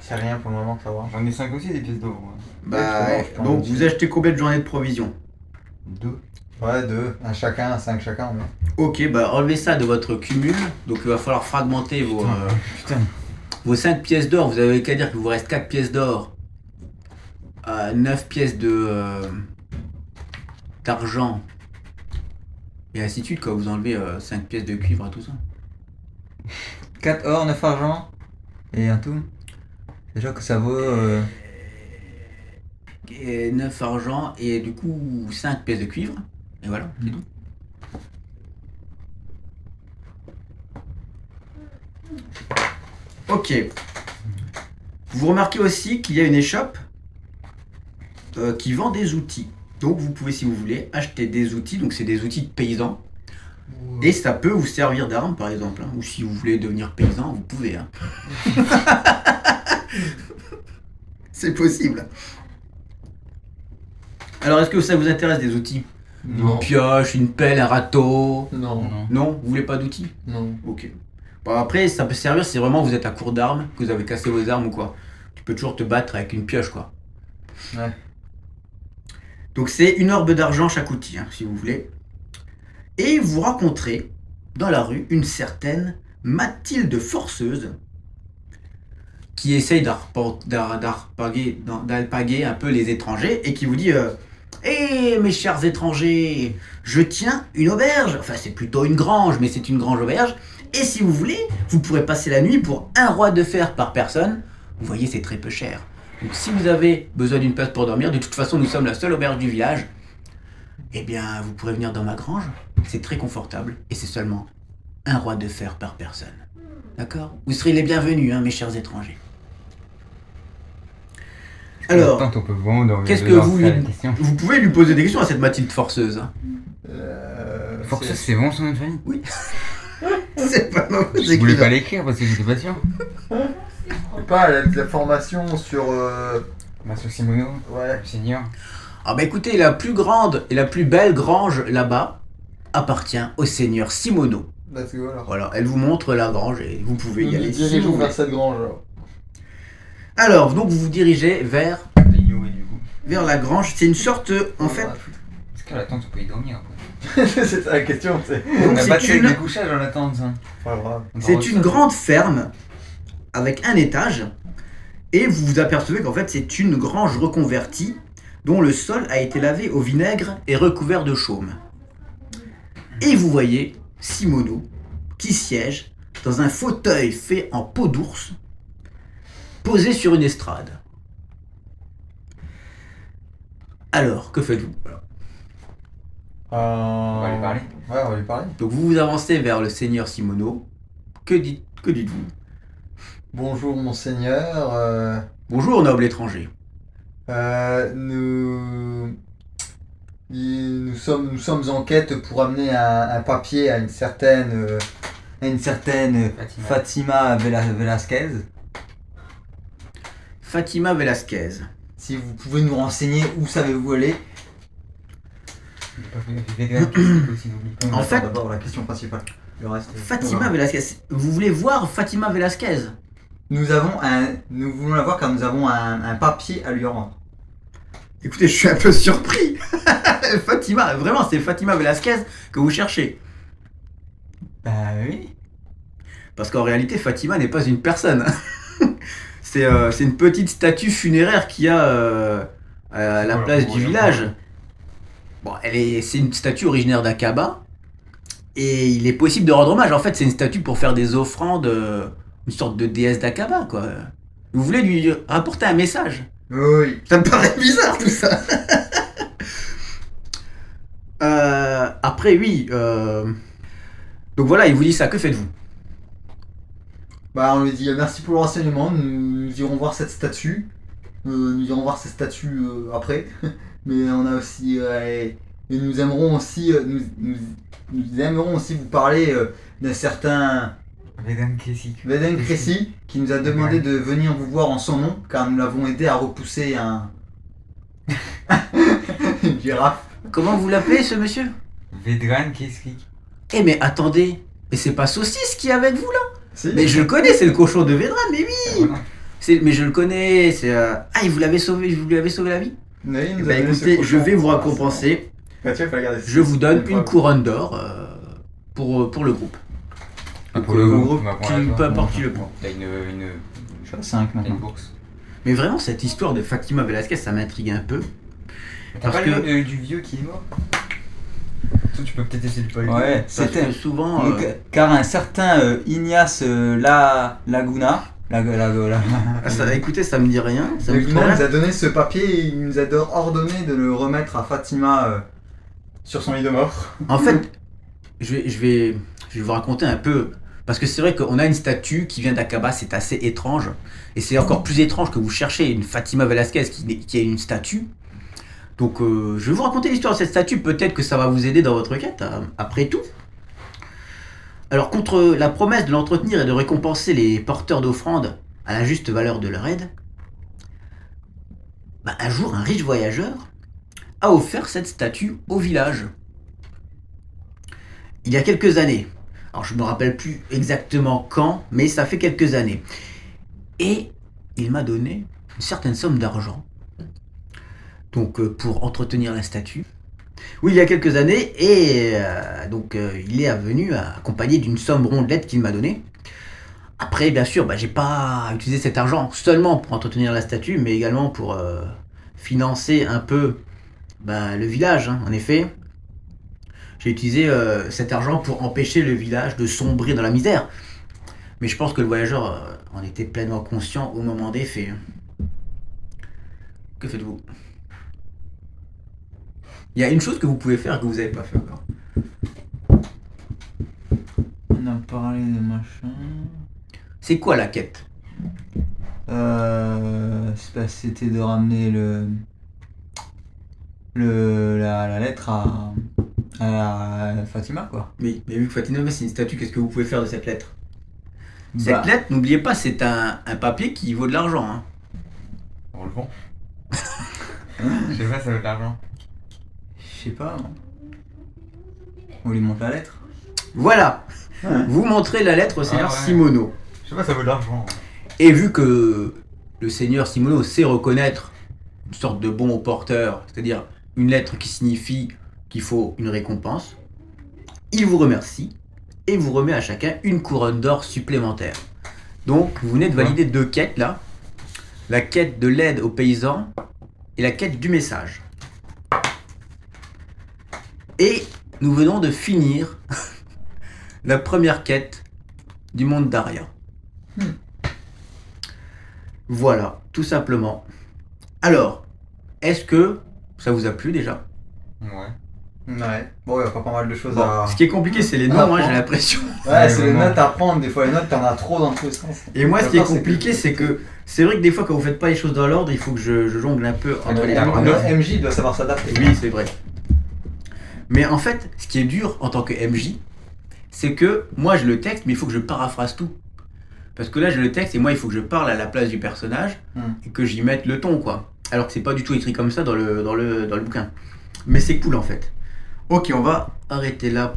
C'est rien pour le moment, ça va. J'en ai 5 aussi des pièces d'or. moi. Bah, Ouais, je te mange, je donc mange. vous achetez combien de journées de provision Deux. Ouais, deux. Un chacun, cinq chacun, on met. Ok, bah enlevez ça de votre cumul. Donc il va falloir fragmenter vos, Putain. euh, Putain. vos 5 pièces d'or. Vous avez qu'à dire qu'il vous reste 4 pièces d'or, 9 pièces de euh, d'argent, et ainsi de suite. Quoi. Vous enlevez 5 pièces de cuivre à tout ça. 4 or, 9 argent et un tout. Déjà que ça vaut. euh, Et 9 argent et du coup 5 pièces de cuivre. Et voilà, c'est tout. Ok. Vous remarquez aussi qu'il y a une échoppe euh, qui vend des outils. Donc vous pouvez, si vous voulez, acheter des outils. Donc c'est des outils de paysans. Et ça peut vous servir d'arme, par exemple. hein. Ou si vous voulez devenir paysan, vous pouvez. hein. c'est possible. Alors est-ce que ça vous intéresse des outils Une Non. pioche, une pelle, un râteau Non, Non. Non Vous voulez pas d'outils non. Ok. Bon, après, ça peut servir si vraiment vous êtes à court d'armes, que vous avez cassé vos armes ou quoi. Tu peux toujours te battre avec une pioche, quoi. Ouais. Donc c'est une orbe d'argent chaque outil, hein, si vous voulez. Et vous rencontrez dans la rue une certaine Mathilde Forceuse qui essaye d'arpent- d'ar- d'arpaguer d'en- d'alpaguer un peu les étrangers et qui vous dit euh, Hé Eh, mes chers étrangers, je tiens une auberge, enfin c'est plutôt une grange, mais c'est une grange auberge, et si vous voulez, vous pourrez passer la nuit pour un roi de fer par personne. Vous voyez, c'est très peu cher. Donc si vous avez besoin d'une place pour dormir, de toute façon, nous sommes la seule auberge du village. Eh bien, vous pourrez venir dans ma grange. C'est très confortable et c'est seulement un roi de fer par personne. D'accord Vous serez les bienvenus, hein, mes chers étrangers. Alors, Attends, on peut vraiment dormir qu'est-ce que dehors, vous c'est ça, lui- la question. vous pouvez lui poser des questions à cette Mathilde forceuse. hein. Bah, Euh, Faut que ça, c'est- c'est bon son nom de famille. C'est pas mauvais. Je voulais pas l'écrire parce que j'étais pas sûr. je sais pas, elle a de la formation sur. euh, Massimo Simono, Ouais. Seigneur. Ah bah écoutez, la plus grande et la plus belle grange là-bas appartient au seigneur Simono. Let's go alors. Voilà, elle vous montre la grange et vous pouvez y Nous nous aller. si vous dirigeons voulez. vers cette grange alors. Alors, donc vous vous dirigez vers, Les Yoé, du coup. vers la grange. C'est une sorte, euh, en fait, Est-ce qu'en attente, on peut y dormir après c'est ça la question, c'est. On donc a battu c'est avec une, des couchages en attente. hein. Pas grave. On c'est dort une au sol. grande ferme avec un étage et vous vous apercevez qu'en fait c'est une grange reconvertie dont le sol a été lavé au vinaigre et recouvert de chaume. Et vous voyez Simono qui siège dans un fauteuil fait en peau d'ours posé sur une estrade. Alors, que faites-vous On va lui parler. Euh, Ouais, on va lui parler. Donc vous vous avancez vers le seigneur Simono. Que dites- que dites-vous Bonjour, monseigneur. Euh, Bonjour, noble étranger. euh, nous. il- Nous sommes, nous sommes en quête pour amener un, un papier à une certaine. euh, à une certaine Fatima. Fatima Vela- Velasquez. Fatima Velasquez. si vous pouvez nous renseigner où savez-vous aller J'ai pas fait- j'ai fait des actes aussi, n'oublie pas. En Attends, fait- D'abord la question principale. Le reste. euh, Fatima Velasquez. Vous voulez voir Fatima Velasquez Nous avons un, nous voulons la voir car nous avons un, un papier à lui rendre. Écoutez, je suis un peu surpris. Fatima, vraiment, c'est Fatima Velasquez que vous cherchez. Bah oui. Parce qu'en réalité, Fatima n'est pas une personne. c'est euh, c'est une petite statue funéraire qu'il y a euh, à la Voilà, place pour du rien. village. Bon, elle est, c'est une statue originaire d'Akaba. Et il est possible de rendre hommage. En fait, c'est une statue pour faire des offrandes, euh, une sorte de déesse d'Akaba, quoi. Vous voulez lui rapporter un message Oui. Ça me paraît bizarre tout ça. Euh, après, oui. euh, Donc voilà, il vous dit ça. Que faites-vous Bah, on lui dit euh, merci pour le renseignement, nous, nous irons voir cette statue. Euh, nous irons voir cette statue euh, après. Mais on a aussi. euh, et, et nous aimerons aussi. euh, nous, nous, nous aimerons aussi vous parler euh, d'un certain Vedan Kessik. Veden Cressy qui nous a demandé de venir vous voir en son nom car nous l'avons aidé à repousser un. une girafe. Comment vous l'appelez ce monsieur Vedran Kessik. Eh mais attendez, mais c'est pas Saucisse qui est avec vous là Si Mais je le connais, c'est le cochon de Védra, mais oui Ah, voilà. c'est- Mais je le connais, c'est... euh, Ah, il vous l'avez sauvé, vous lui avez sauvé la vie Oui, il nous a Bah donné ce écoutez, je cochon. vais vous récompenser, Mathieu, faut la garder. je vous donne une Bravo. couronne d'or euh, pour, pour le groupe. Ah, Donc, pour le euh, groupe, groupe on va prendre qui la peut joie. apporter le point. T'as une, une, Je suis à 5 t'as une maintenant. bourse. Mais vraiment, cette histoire de Fatima Velasquez, ça m'intrigue un peu. T'as Parce pas que- le nom de- du vieux qui est mort Toi, tu peux peut-être essayer de pas Ouais, Parce c'était. que souvent... Donc, euh, car un certain euh, Ignace euh, La Laguna, la, la, la, la- ah, ça- écoutez, ça me dit rien, ça Le me Guinan parle. nous a donné ce papier et il nous a do- ordonné de le remettre à Fatima euh, sur son lit de mort. En fait, je vais, je, vais, je vais vous raconter un peu. Parce que c'est vrai qu'on a une statue qui vient d'Akaba, c'est assez étrange. Et c'est encore plus étrange que vous cherchez une Fatima Velasquez qui, n'est- qui est une statue. Donc euh, je vais vous raconter l'histoire de cette statue, peut-être que ça va vous aider dans votre quête, hein, après tout. Alors contre la promesse de l'entretenir et de récompenser les porteurs d'offrandes à la juste valeur de leur aide, bah, un jour un riche voyageur a offert cette statue au village il y a quelques années. Alors je me rappelle plus exactement quand, mais ça fait quelques années. Et il m'a donné une certaine somme d'argent. Donc euh, pour entretenir la statue. Oui, il y a quelques années, et euh, donc euh, il est venu accompagné d'une somme rondelette qu'il m'a donnée. Après, bien sûr, bah, j'ai pas utilisé cet argent seulement pour entretenir la statue, mais également pour euh, financer un peu bah, le village, hein, en effet. J'ai utilisé euh, cet argent pour empêcher le village de sombrer dans la misère. Mais je pense que le voyageur euh, en était pleinement conscient au moment des hein. faits. Que faites-vous Il y a une chose que vous pouvez faire que vous n'avez pas fait encore. On a parlé de machin. C'est quoi la quête Euh, c'est pas- c'était de ramener le, le la, la lettre à, à Fatima quoi. Oui, mais vu que Fatinova c'est une statue, qu'est-ce que vous pouvez faire de cette lettre Cette Bah, lettre, n'oubliez pas, c'est un, un papier qui vaut de l'argent. hein. On le vend. Je sais pas, ça vaut de l'argent. je sais pas. hein. On lui montre la lettre. Voilà Ouais. Vous montrez la lettre au seigneur ouais. Simono. Je sais pas, ça vaut de l'argent. hein. Et vu que le seigneur Simono sait reconnaître une sorte de bon au porteur, c'est-à-dire une lettre qui signifie qu'il faut une récompense, il vous remercie et vous remet à chacun une couronne d'or supplémentaire. Donc vous venez de valider deux quêtes là. La quête de l'aide aux paysans et la quête du message. Et nous venons de finir la première quête du monde d'Aria. Hmm. Voilà, tout simplement. Alors, est-ce que ça vous a plu déjà Ouais. Ouais. Bon, il y a pas, pas mal de choses Bon, à. Ce qui est compliqué, c'est les Ah, noms, hein, bon. j'ai l'impression. Ouais, c'est les vraiment. notes à prendre. Des fois, les notes, t'en as trop dans tous les sens. Et moi, ce qui est D'accord, c'est compliqué, c'est que c'est vrai que des fois, quand vous faites pas les choses dans l'ordre, il faut que je, je jongle un peu entre Ouais, les ouais, arbres. ouais. Le MJ doit savoir s'adapter. Oui, c'est vrai. Mais en fait, ce qui est dur en tant que MJ, c'est que moi je le texte, mais il faut que je paraphrase tout. Parce que là, je le texte et moi, il faut que je parle à la place du personnage Hmm. et que j'y mette le ton, quoi. Alors que c'est pas du tout écrit comme ça dans le, dans le, dans le bouquin. Mais c'est cool en fait. Ok, on va arrêter là